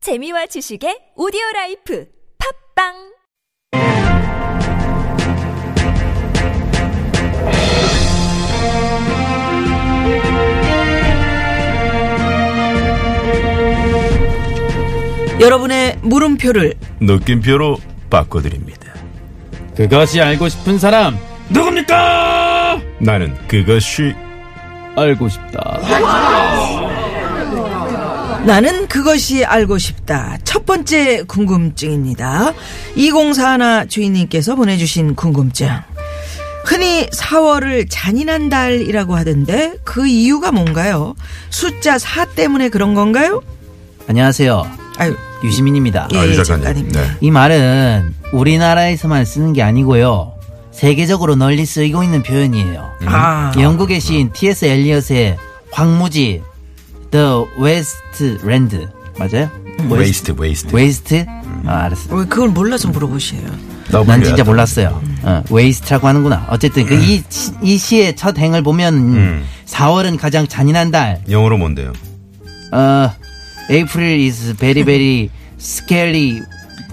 재미와 지식의 오디오 라이프 팝빵 여러분의 물음표를 느낌표로 바꿔드립니다. 그것이 알고 싶은 사람 누굽니까? 나는 그것이 알고 싶다. 나는 그것이 알고 싶다. 첫 번째 궁금증입니다. 2041 주인님께서 보내주신 궁금증. 흔히 4월을 잔인한 달이라고 하던데 그 이유가 뭔가요? 숫자 4 때문에 그런 건가요? 안녕하세요. 아유, 유시민입니다. 예, 아, 이 작가님. 작가님입니다. 네. 이 말은 우리나라에서만 쓰는 게 아니고요. 세계적으로 널리 쓰이고 있는 표현이에요. 아, 영국의 시인 T.S. 엘리엇의 황무지 The West Land 맞아요? 웨이스트 웨이스트. 웨이스트? 아, 알았어. 왜 그걸 몰라서 물어보시네요. 난 진짜 몰랐어요. 어, 웨이스트라고 하는구나. 어쨌든 그 이 이 시의 첫 행을 보면 4월은 가장 잔인한 달. 영어로 뭔데요? 어, April is very very scary.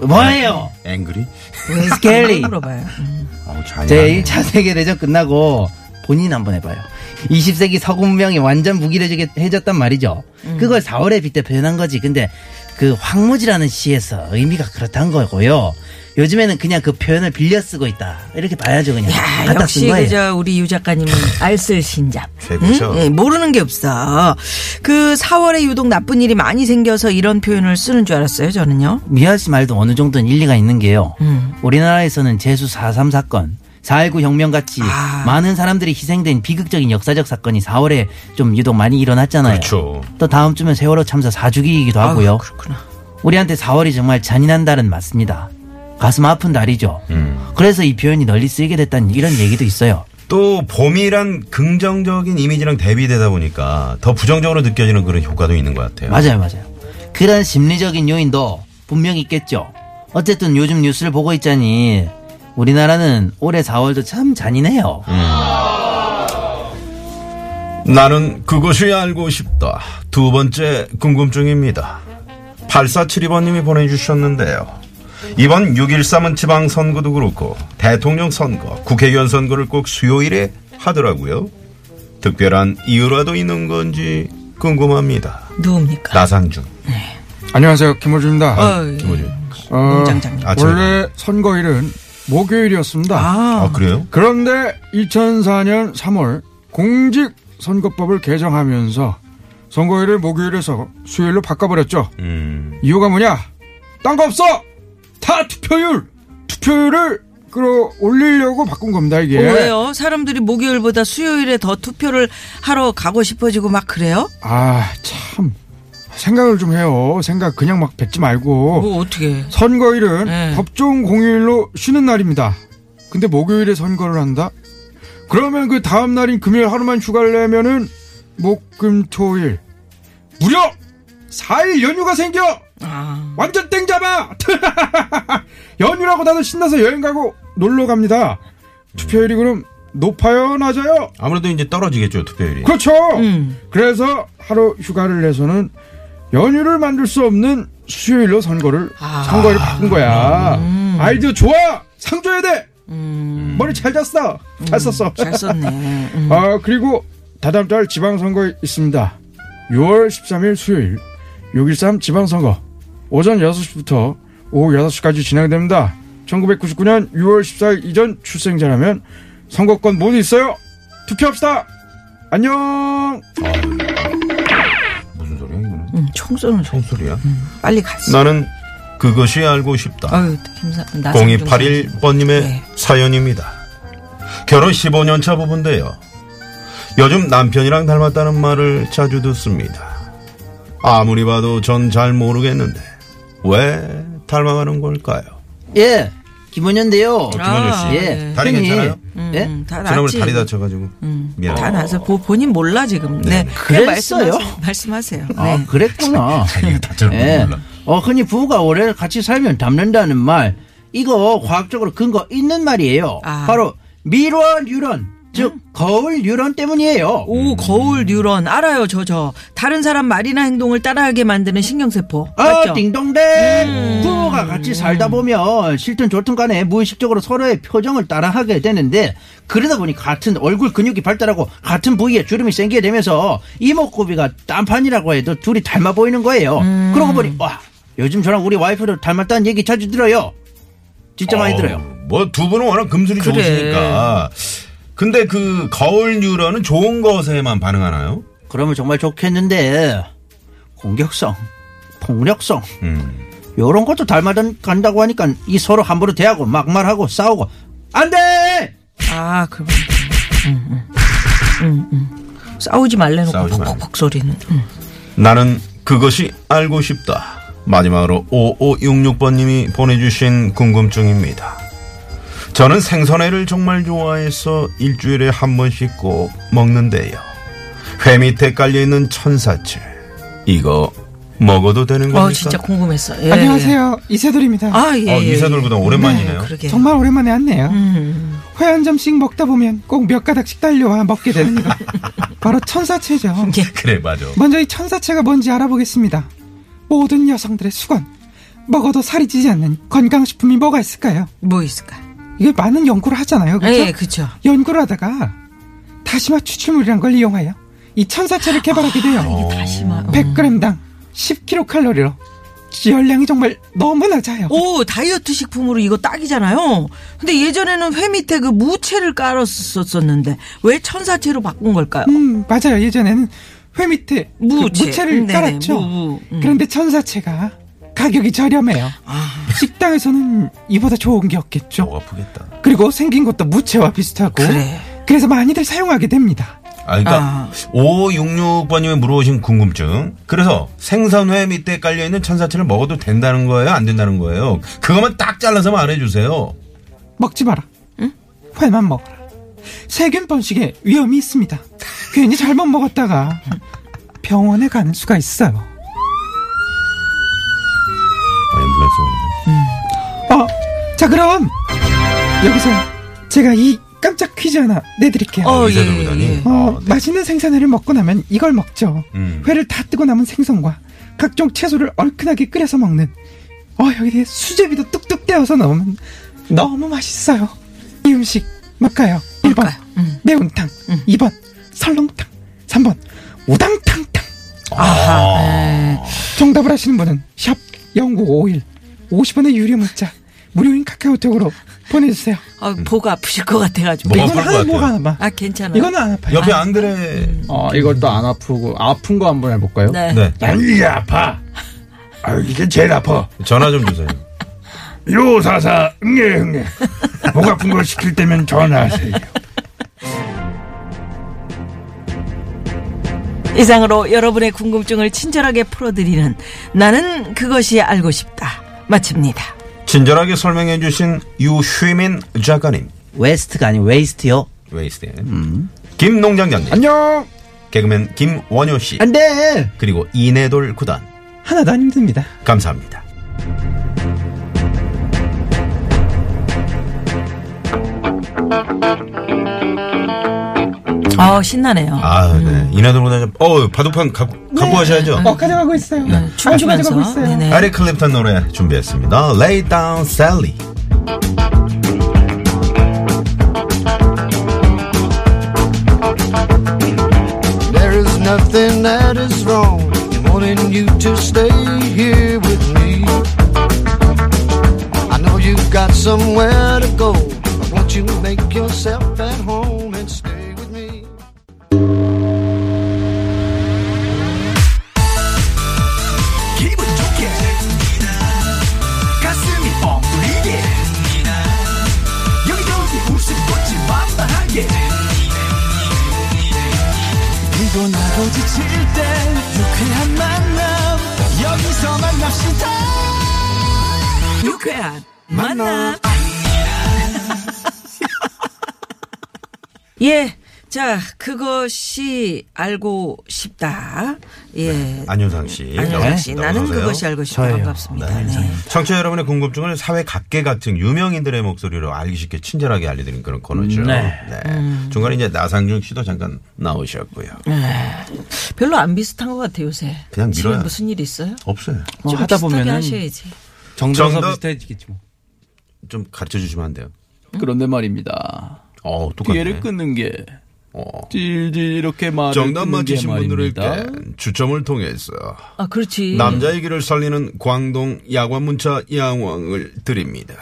뭐예요? 앵그리? 왜 스켈리. 그걸 물어봐요. 음. 어우 잔인하네. 제 1차 세계대전 끝나고 본인 한번 해봐요. 20세기 서구 문명이 완전 무기력해졌단 말이죠. 음. 그걸 4월의 빛 때 표현한 거지. 근데 그 황무지라는 시에서 의미가 그렇단 거고요. 요즘에는 그냥 그 표현을 빌려 쓰고 있다. 이렇게 봐야죠, 그냥. 야, 갖다 아, 역시 쓴 거예요. 그저 우리 유 작가님은 알쓸신잡. 네. 음, 최고죠. 예, 모르는 게 없어. 그 4월에 유독 나쁜 일이 많이 생겨서 이런 표현을 쓰는 줄 알았어요, 저는요. 미아 씨 말도 어느 정도는 일리가 있는 게요. 음. 우리나라에서는 제수 4.3 사건, 4.19 혁명같이 아. 많은 사람들이 희생된 비극적인 역사적 사건이 4월에 좀 유독 많이 일어났잖아요. 그렇죠. 또 다음 주면 세월호 참사 4주기이기도 하고요. 아유, 그렇구나. 우리한테 4월이 정말 잔인한 달은 맞습니다. 가슴 아픈 달이죠. 음. 그래서 이 표현이 널리 쓰이게 됐다는 이런 얘기도 있어요. 또 봄이란 긍정적인 이미지랑 대비되다 보니까 더 부정적으로 느껴지는 그런 효과도 있는 것 같아요. 맞아요, 맞아요. 그런 심리적인 요인도 분명히 있겠죠. 어쨌든 요즘 뉴스를 보고 있자니 우리나라는 올해 4월도 참 잔인해요. 음. 나는 그것이 알고 싶다. 두 번째 궁금증입니다. 8472번님이 보내주셨는데요. 이번 6.13은 지방선거도 그렇고 대통령 선거, 국회의원 선거를 꼭 수요일에 하더라고요. 특별한 이유라도 있는 건지 궁금합니다. 누굽니까? 나상중. 안녕하세요, 아, 김호준입니다. 어, 뭐지? 어, 농장장님. 아, 원래 선거일은 목요일이었습니다. 아, 아, 그래요? 그런데 2004년 3월 공직선거법을 개정하면서 선거일을 목요일에서 수요일로 바꿔버렸죠. 음. 이유가 뭐냐? 딴 거 없어! 다 투표율! 투표율을 끌어올리려고 바꾼 겁니다, 이게. 뭐예요? 사람들이 목요일보다 수요일에 더 투표를 하러 가고 싶어지고 막 그래요? 아, 참. 생각을 좀 해요. 생각 그냥 막 뱉지 말고. 뭐 어떻게? 선거일은 네. 법정 공휴일로 쉬는 날입니다. 근데 목요일에 선거를 한다? 그러면 그 다음 날인 금요일 하루만 휴가를 내면은 목금토일 무려 4일 연휴가 생겨 아, 완전 땡잡아 연휴라고 다들 신나서 여행 가고 놀러 갑니다. 투표율이 그럼 높아요 낮아요? 아무래도 이제 떨어지겠죠, 예. 투표율이. 그렇죠. 음. 그래서 하루 휴가를 내서는 연휴를 만들 수 없는 수요일로 선거를 아. 음. 선거를 바꾼 거야. 아이디어 좋아. 상 줘야 돼. 머리 잘 잤어. 잘 썼어. 잘 썼네. 음. 아 그리고 다다음 달 지방선거 있습니다. 6월 13일 수요일 6.13 지방선거 오전 6시부터 오후 6시까지 진행됩니다. 1999년 6월 14일 이전 출생자라면 선거권 모두 있어요. 투표합시다. 안녕. 무슨 소리야, 이거는? 음, 총선을 좀 뭔 소리야? 빨리 갔어. 나는 그것이 알고 싶다. 아유, 김사, 나 0281번님의 네. 사연입니다. 결혼 15년차 부부인데요. 요즘 남편이랑 닮았다는 말을 자주 듣습니다. 아무리 봐도 전 잘 모르겠는데 왜 닮아가는 걸까요? 예, 김원현인데요. 김원효 씨. 아, 예. 다리 형이, 괜찮아요? 예? 음, 다 지난번에 낫지. 다리 다쳐가지고 미안. 다 나서 본인 몰라 지금. 네. 그랬어요? 말씀하세요. 말씀하세요. 네. 아, 그랬구나. 다쳐는 예. 어, 흔히 부부가 오래 같이 살면 닮는다는 말, 이거 과학적으로 근거 있는 말이에요. 아. 바로 미련 유런. 즉 거울 뉴런 때문이에요. 음. 오 거울 뉴런 알아요 저 저 다른 사람 말이나 행동을 따라하게 만드는 신경세포 아, 맞죠? 음. 띵동댕! 부모가 같이 살다 보면 싫든 좋든 간에 무의식적으로 서로의 표정을 따라하게 되는데 그러다 보니 같은 얼굴 근육이 발달하고 같은 부위에 주름이 생기게 되면서 이목구비가 딴판이라고 해도 둘이 닮아 보이는 거예요. 음. 그러고 보니 와 요즘 저랑 우리 와이프를 닮았다는 얘기 자주 들어요. 진짜 많이 들어요. 뭐 두 분은 워낙 금술이 그래. 좋으시니까. 근데 그 거울 뉴런은 좋은 것에만 반응하나요? 그러면 정말 좋겠는데 공격성, 폭력성, 음. 요런 것도 닮아간다고 하니까 이 서로 함부로 대하고 막말하고 싸우고 안 돼! 아 그럼 음, 싸우지 말래놓고 싸우지 말래. 퍽퍽퍽 소리는 음. 나는 그것이 알고 싶다. 마지막으로 5566번님이 보내주신 궁금증입니다. 저는 생선회를 정말 좋아해서 일주일에 한 번씩 꼭 먹는데요. 회 밑에 깔려있는 천사채. 이거 먹어도 되는 겁니까? 어 진짜 궁금했어 예. 안녕하세요. 이세돌입니다. 아예예 어, 이세돌보다 오랜만이네요. 그러게 정말 아, 오랜만에 왔네요. 음. 회 한 점씩 먹다 보면 꼭 몇 가닥씩 딸려와 먹게 되는 거. 바로 천사채죠. 예. 그래 맞아. 먼저 이 천사채가 뭔지 알아보겠습니다. 모든 여성들의 수건. 먹어도 살이 찌지 않는 건강식품이 뭐가 있을까요? 뭐 있을까 이게 많은 연구를 하잖아요. 그렇죠? 예 그쵸 연구를 하다가 다시마 추출물이란 걸 이용하여 이 천사채를 개발하게 어. 돼요. 다시마 음. 100g당 10kcal로 열량이 정말 너무나 작아요. 오 다이어트 식품으로 이거 딱이잖아요 근데 예전에는 회 밑에 그 무채를 깔았었었는데 왜 천사채로 바꾼 걸까요 음, 맞아요. 예전에는 회 밑에 그 무채. 음, 무채를 네네, 깔았죠. 무, 무, 음. 그런데 천사채가 가격이 저렴해요. 아. 식당에서는 이보다 좋은 게 없겠죠. 목 아프겠다. 그리고 생긴 것도 무채와 비슷하고. 그래. 래서 많이들 사용하게 됩니다. 아, 그러니까 5566번님이 물어보신 궁금증. 그래서 생선회 밑에 깔려 있는 천사채를 먹어도 된다는 거예요, 안 된다는 거예요. 그것만 딱 잘라서 말해 주세요. 먹지 마라. 회만 먹어라. 세균 번식에 위험이 있습니다. 괜히 잘못 먹었다가 병원에 가는 수가 있어요. 어, 자 그럼 여기서 제가 이 깜짝 퀴즈 하나 내드릴게요. 어, 이사 예, 들고다니. 예. 어, 아, 네. 맛있는 생선회를 먹고 나면 이걸 먹죠. 음. 회를 다 뜨고 남은 생선과 각종 채소를 얼큰하게 끓여서 먹는. 어 여기에 수제비도 뚝뚝 떼어서 넣으면 너무 맛있어요. 이 음식 막가요. 1번 뭘까요? 음. 매운탕, 2번 설렁탕, 3번 우당탕탕. 아하 예. 정답을 하시는 분은 샵 0951 50원의 유료 문자 무료인 카카오톡으로 보내주세요. 아, 복 아프실 것 같아가지고 뭐가 이건 아플 것 하나 뭐가 같아요. 하나 봐. 아 괜찮아 이거는 안 아파요. 옆에 안드레 음. 어, 이것도 안 아프고 아픈 거 한번 해볼까요? 네. 네. 난 이게 아파. 아 이게 제일 아파. 전화 좀 주세요. 요사사 응애 응애. 목 아픈 걸 시킬 때면 전화하세요. 이상으로 여러분의 궁금증을 친절하게 풀어드리는 나는 그것이 알고 싶다 마칩니다. 친절하게 설명해 주신 유휘민 작가님. 웨스트가 아닌 웨이스트요. 웨이스트. 음. 김농장장님. 안녕. 개그맨 김원효 씨. 안 돼! 그리고 이내돌 구단. 하나도 안 힘듭니다. 감사합니다. 아 신나네요. 아, 네. 이내돌 구단 좀 어, 바둑판 갖고 갖고 하셔야죠. 음. 네. 어, 가져가고 있어요. 안 가져가고 춤추면서 있어요. 네네. 에릭 클립턴 노래 준비했습니다. Lay Down Sally. There is nothing that is wrong in wanting you to stay here with me. I know you've got somewhere to go, but won't you make yourself at home and stay with me? 기분 좋게 가슴이 뻥뚫리게 여기저기 웃음 꽃이 만만하게 피곤 나고 지칠 때 유쾌한 만남 여기서 만납시다 유쾌한 만남. 예. 자, 그것이 알고 싶다. 예. 안윤상 씨. 안영아 씨, 나는 어서 오세요. 그것이 알고 싶다. 저예요. 반갑습니다. 네. 청취자 여러분의 궁금증을 사회 각계각층 유명인들의 목소리로 알기 쉽게 친절하게 알려드리는 그런 코너죠. 네. 중간에 이제 나상중 씨도 잠깐 나오셨고요. 네. 별로 안 비슷한 것 같아요, 요새. 그냥 지금 밀어요. 무슨 일 있어요? 없어요. 뭐 좀 하다 비슷하게 보면은 하셔야지. 정답서 정답. 비슷해지겠지 뭐. 좀 가르쳐 주시면 안 돼요. 그런데 말입니다. 어, 똑같네. 뒤에를 끊는 게 어. 질질 이렇게 말을 아, 정답 끊는 게 맞히신 분들에게 네, 말입니다. 음. 추첨을 통해서 아, 그렇지. 남자의 길을 살리는 광동 야관 문자 야왕을 드립니다.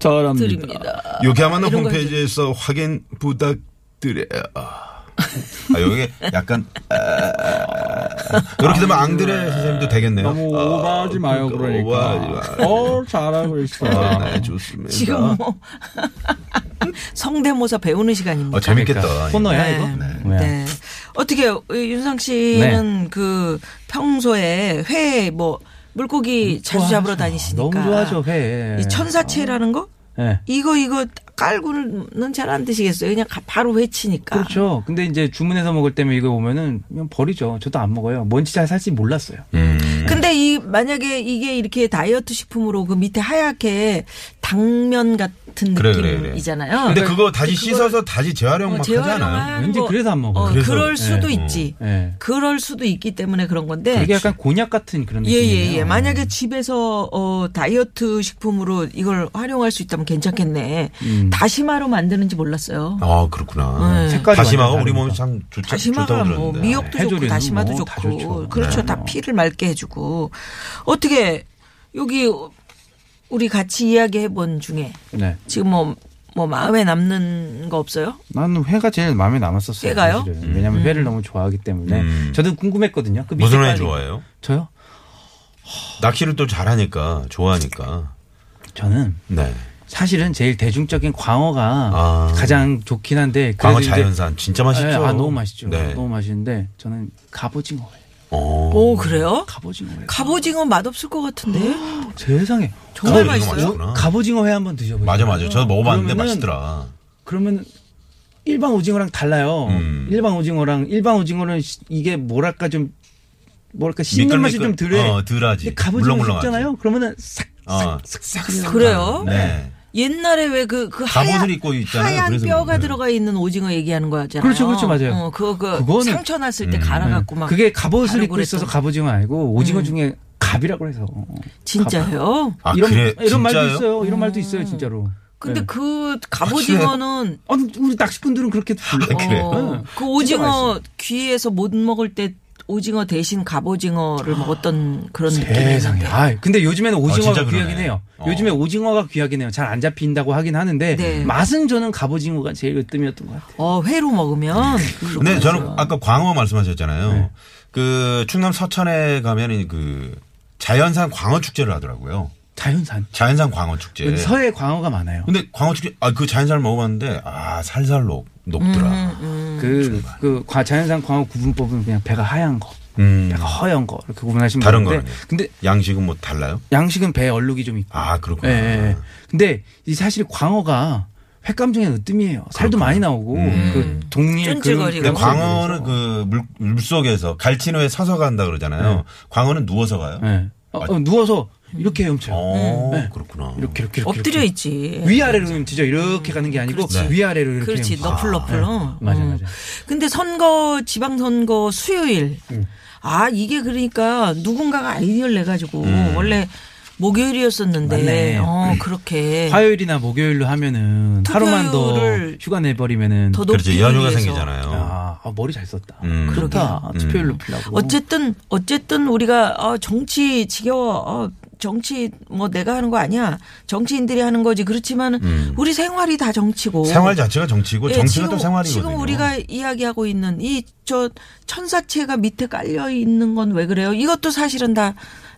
잘합니다. 드립니다. 유쾌한 이런 거 홈페이지에서 확인 부탁드려요. 아, 여기 약간, 아, 이렇게 되면 앙드레 선생님도 되겠네요. 아, 너무 오버하지 마요, 그러니까. 오버하지 마요. 어, 잘하고 있어. 아, 네, 좋습니다. 지금 뭐 성대모사 배우는 시간입니다. 어, 재밌겠다. 코너야 이거? 네. 네. 어떻게 어, 윤상 씨는 그 평소에 회 뭐 물고기 자주 잡으러 다니시니까 너무 좋아하죠 회. 이 천사채라는 거 예. 이거 이거 깔고는 잘 안 드시겠어요. 그냥 가- 바로 회치니까. 그렇죠. 근데 이제 주문해서 먹을 때면 이거 오면은 그냥 버리죠. 저도 안 먹어요. 뭔지 잘 살지 몰랐어요. 음. 근데 이 만약에 이게 이렇게 다이어트 식품으로 그 밑에 하얗게 당면 같은 그래, 그래, 그래. 느낌이잖아요. 그러니까 근데 그거 다시 씻어서 다시 재활용 네. 어, 막 하잖아. 재활용하는 왠지 거- 그래서 안 먹어요. 어, 그래서- 그럴 수도 예. 있지. 예. 그럴 수도 있기 때문에 그런 건데. 이게 약간 곤약 같은 그런 예, 느낌이에요. 예, 예. 만약에 집에서, 어, 다이어트 식품으로 이걸 활용할 수 있다면 괜찮겠네. 다시마로 만드는지 몰랐어요. 아, 그렇구나. 네. 색깔이 다시마가 완전 우리 몸에 다르니까. 참 좋다, 다시마가 좋다고 뭐 들었는데. 네. 미역도 좋고 해조류는 다시마도 뭐다 좋고 좋죠. 그렇죠 네. 다 피를 맑게 해주고 어떻게 여기 우리 같이 이야기해 본 중에 네. 지금 뭐, 뭐 마음에 남는 거 없어요? 나는 회가 제일 마음에 남았었어요. 회가요? 사실은. 왜냐면 회를 너무 좋아하기 때문에. 음. 저도 궁금했거든요. 그 밑에 무슨 회 깔린- 좋아해요? 저요? 낚시를 또 잘하니까, 좋아하니까. 저는 네. 사실은 제일 대중적인 광어가 아. 가장 좋긴 한데 그래도 광어 이제- 자연산 진짜 맛있죠. 예, 아 너무 맛있죠. 네. 너무 맛있는데 저는 갑오징어예요. 어. 오 그래요? 갑오징어예요. 갑오징어 맛없을 것 같은데 세상에 정말 갑오징어 맛있어요? 맛있구나. 갑오징어 회 한번 드셔보세요. 맞아 맞아. 저도 먹어봤는데 그러면은- 맛있더라. 그러면 일반 오징어랑 달라요. 음. 일반 오징어랑 일반 오징어는 시- 이게 뭐랄까 좀 뭐랄까 씹는 맛이 좀 미끌미끌- 덜해. 어, 덜하지. 근데 갑오징어 물렁물렁하지. 씹잖아요. 그러면은 싹 어. 그래요? 네. 옛날에 왜 그 그 하얀 갑옷을 입고 있잖아요. 하얀 그래서 뼈가 그런 거예요. 들어가 있는 오징어 얘기하는 거잖아요. 그렇죠, 그렇죠, 맞아요. 어, 그거 그 그거는- 상처 났을 때 갈아갖고 막 그게 갑옷을 바르고 입고 있어서 그랬던- 음. 갑오징어 아니고 오징어 중에 갑이라고 해서 진짜요? 아 이런 그래 이런 말도 진짜요? 있어요. 음. 이런 말도 있어요, 진짜로. 근데 네. 그 갑오징어는 아, 우리 낚시꾼들은 그렇게 아, 불러. 아, 그래요? 어, 그 오징어 귀에서 못 먹을 때 오징어 대신 갑오징어를 먹었던 그런 세상에. 느낌인데. 아, 근데 요즘에는 오징어가 예. 진짜 그러네. 귀하긴 해요. 어. 요즘에 오징어가 귀하긴 해요. 잘 안 잡힌다고 하긴 하는데 네. 맛은 저는 갑오징어가 제일 으뜸이었던 것 같아요. 어, 회로 먹으면 근데 네, 저는 아까 광어 말씀하셨잖아요. 네. 그 충남 서천에 가면은 그 자연산 광어 축제를 하더라고요. 자연산. 자연산 광어 축제. 그 서해 광어가 많아요. 근데 광어 축제 아 그 자연산 먹어봤는데 아 살살 녹 녹더라. 음. 그, 그, 과- 자연산 광어 구분법은 그냥 배가 하얀 거, 음. 배가 허연 거, 이렇게 구분하시면 다른 되는데. 거는요? 근데 양식은 뭐 달라요? 양식은 배 얼룩이 좀 있고. 아 예, 그렇구나. 예. 예. 근데 이 사실 광어가 횟감종의 으뜸이에요. 살도 많이 나오고, 그 동일 그런. 쫀질거리고. 그래서- 근데 음. 광어는 그 물, 물속에서 갈치는 왜 서서 간다 그러잖아요. 네. 광어는 누워서 가요. 예. 어, 어, 누워서 이렇게 헤엄쳐요. 어, 네. 그렇구나. 이렇게, 이렇게, 이렇게. 엎드려 이렇게. 있지. 위아래로 진짜 이렇게 가는 게 아니고 네. 그렇지. 위아래로 이렇게 그렇지. 가는 너플 너플. 어. 맞아, 어. 맞아. 근데 선거 지방 선거 수요일. 음. 아, 이게 그러니까 누군가가 아이디어를 내 가지고 음. 원래 목요일이었었는데 맞네. 어, 그렇게 거예요. 화요일이나 목요일로 하면은 하루만 더 투표율을 휴가 내버리면은 더 높이 그렇지 연휴가 위해서. 생기잖아요. 아, 아, 머리 잘 썼다. 음. 그렇다. 그러게요. 투표율 음. 높이려고. 어쨌든 어쨌든 우리가 어, 정치 지겨워 어, 정치 뭐 내가 하는 거 아니야 정치인들이 하는 거지 그렇지만 우리 생활이 다 정치고 음. 생활 자체가 뭐 정치고 예, 정치가 지금- 또 생활이거든요. 지금 우리가 이야기하고 있는 이 저 천사체가 밑에 깔려 있는 건 왜 그래요? 이것도 사실은 다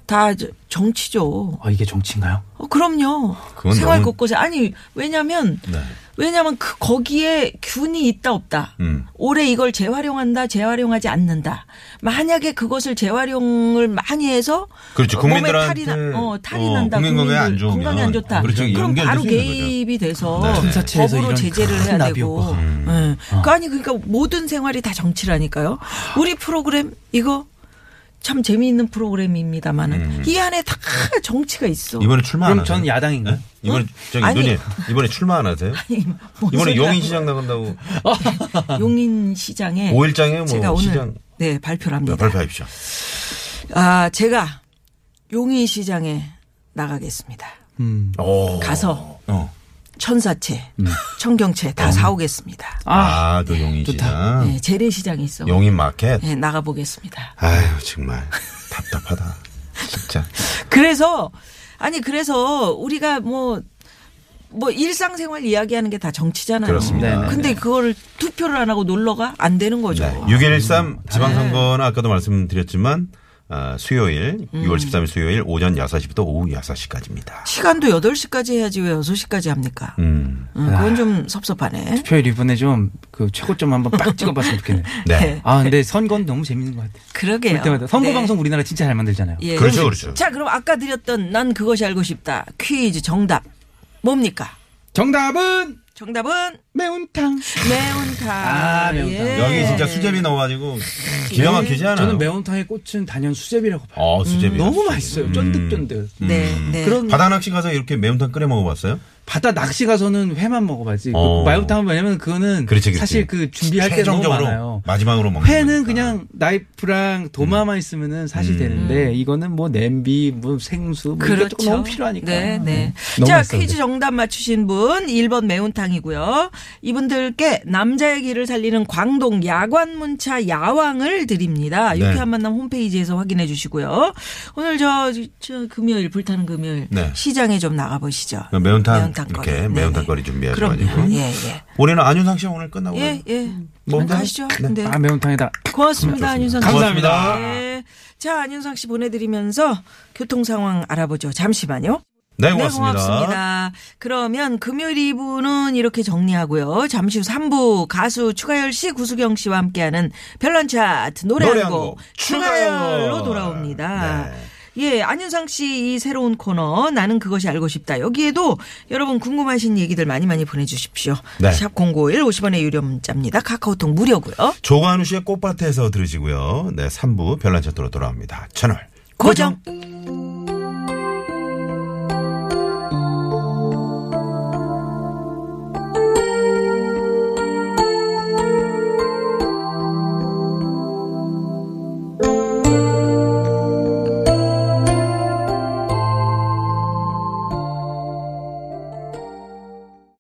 다 저- 정치죠. 아, 어, 이게 정치인가요? 어, 그럼요. 그건 생활 너무- 곳곳에 아니 왜냐면 네. 왜냐면 그 거기에 균이 있다 없다. 음. 올해 이걸 재활용한다, 재활용하지 않는다. 만약에 그것을 재활용을 많이 해서 그렇죠. 어, 국민들한테, 몸에 탈이 나, 어, 탈이 어, 난다. 국민 건강에 안 좋으면. 건강에 안 좋다. 그렇죠. 럼 연결될 바로 수 있는 거죠. 개입이 돼서 네. 음. 검사체에서 법으로 이런 제재를 큰 해야 나비 되고. 효과. 예. 그 아니 그러니까 모든 생활이 다 정치라니까요. 우리 프로그램 이거 참 재미있는 프로그램입니다만은 이 안에 다 정치가 있어. 음. 이번에 출마 안 그럼 하세요? 전 야당인가요? 네? 이번에 저기 어? 아니. 누님 이번에 출마 안 하세요? 뭔 이번에 소리야. 용인시장 나간다고 용인 시장에 5일장에 뭐 예. 제가 오늘 시장 네 발표를 합니다. 발표하십시오. 아 제가 용인 시장에 나가겠습니다. 오. 음. 가서 어. 음. 천사채, 청경채 다 사오겠습니다. 아, 또 용인시장, 네, 재래시장이 있어. 용인 마켓. 네, 나가보겠습니다. 아유 정말 답답하다. 진짜. 그래서 아니 그래서 우리가 뭐 뭐 일상생활 이야기하는 게 다 정치잖아요. 그렇습니다. 네네. 근데 그거를 투표를 안 하고 놀러가 안 되는 거죠. 음. 네. 네. 6.13 지방선거는 아까도 말씀드렸지만 아, 수요일 음. 6월 13일 수요일 오전 6시부터 오후 6시까지입니다. 시간도 8시까지 해야지 왜 6시까지 합니까? 음. 음, 그건 좀 섭섭하네. 표일 이번에 좀 그 최고점 한번 빡 찍어봤으면 좋겠네요. 네. 아 근데 선거는 너무 재밌는 것 같아요. 그러게요. 볼 때마다 선거 네. 방송 우리나라 진짜 잘 만들잖아요. 예. 그렇죠, 그렇죠. 자, 그럼 아까 드렸던 난 그것이 알고 싶다 퀴즈 정답 뭡니까? 정답은 정답은 매운탕. 매운탕. 예. 아, 매운탕. 네. 여기 진짜 수제비 넣어가지고 기가 막히지 않아요? 저는 매운탕의 꽃은 단연 수제비라고 봐요. 어, 수제비. 너무 맛있어요. 쫀득쫀득. 네, 네. 그런 바다 낚시 가서 이렇게 매운탕 끓여 먹어봤어요? 바다 낚시 가서는 회만 먹어봤지. 그 어. 매운탕은 왜냐면 그거는 그렇지, 그렇지. 사실 그 준비할 때 너무 최종적으로 많아요. 마지막으로 먹는 회는 거니까. 음. 그냥 나이프랑 도마만 있으면은 사실 되는데 이거는 뭐 냄비, 뭐 생수, 뭐 이게 그렇죠. 조금 너무 필요하니까. 음. 네, 네. 너무 자, 맛있어요. 퀴즈 정답 맞추신 분 1번 매운탕이고요. 이분들께 남자의 길을 살리는 광동 야관문차 야왕을 드립니다. 네. 유쾌한 만남 홈페이지에서 확인해 주시고요. 오늘 저, 저 금요일 불타는 금요일 네. 시장에 좀 나가 보시죠. 그럼 매운탕, 거리. 이렇게 네네. 매운탕 거리 준비해가지고. 그럼요. 예, 예. 우리는 안윤상 씨가 오늘 끝나고 예, 예. 뭐 그럼 없나요? 가시죠. 네. 네. 아, 매운탕에다 고맙습니다, 안윤상 씨. 감사합니다. 네. 자, 안윤상 씨 보내드리면서 교통 상황 알아보죠. 잠시만요. 네, 네, 고맙습니다. 그러면 금요일 2부는 이렇게 정리하고요. 잠시 후 3부 가수 추가열 씨, 구수경 씨와 함께하는 별난 차트 노래 노래 한 한 곡 곡, 추가열로 추가열. 돌아옵니다. 네. 예, 안윤상 씨 이 새로운 코너 나는 그것이 알고 싶다. 여기에도 여러분 궁금하신 얘기들 많이 많이 보내주십시오. 네. 샵 #051 50원의 유료 문자입니다. 카카오톡 무료고요. 조관우 씨의 꽃밭에서 들으시고요. 네, 3부 별난 차트로 돌아옵니다. 채널 고정.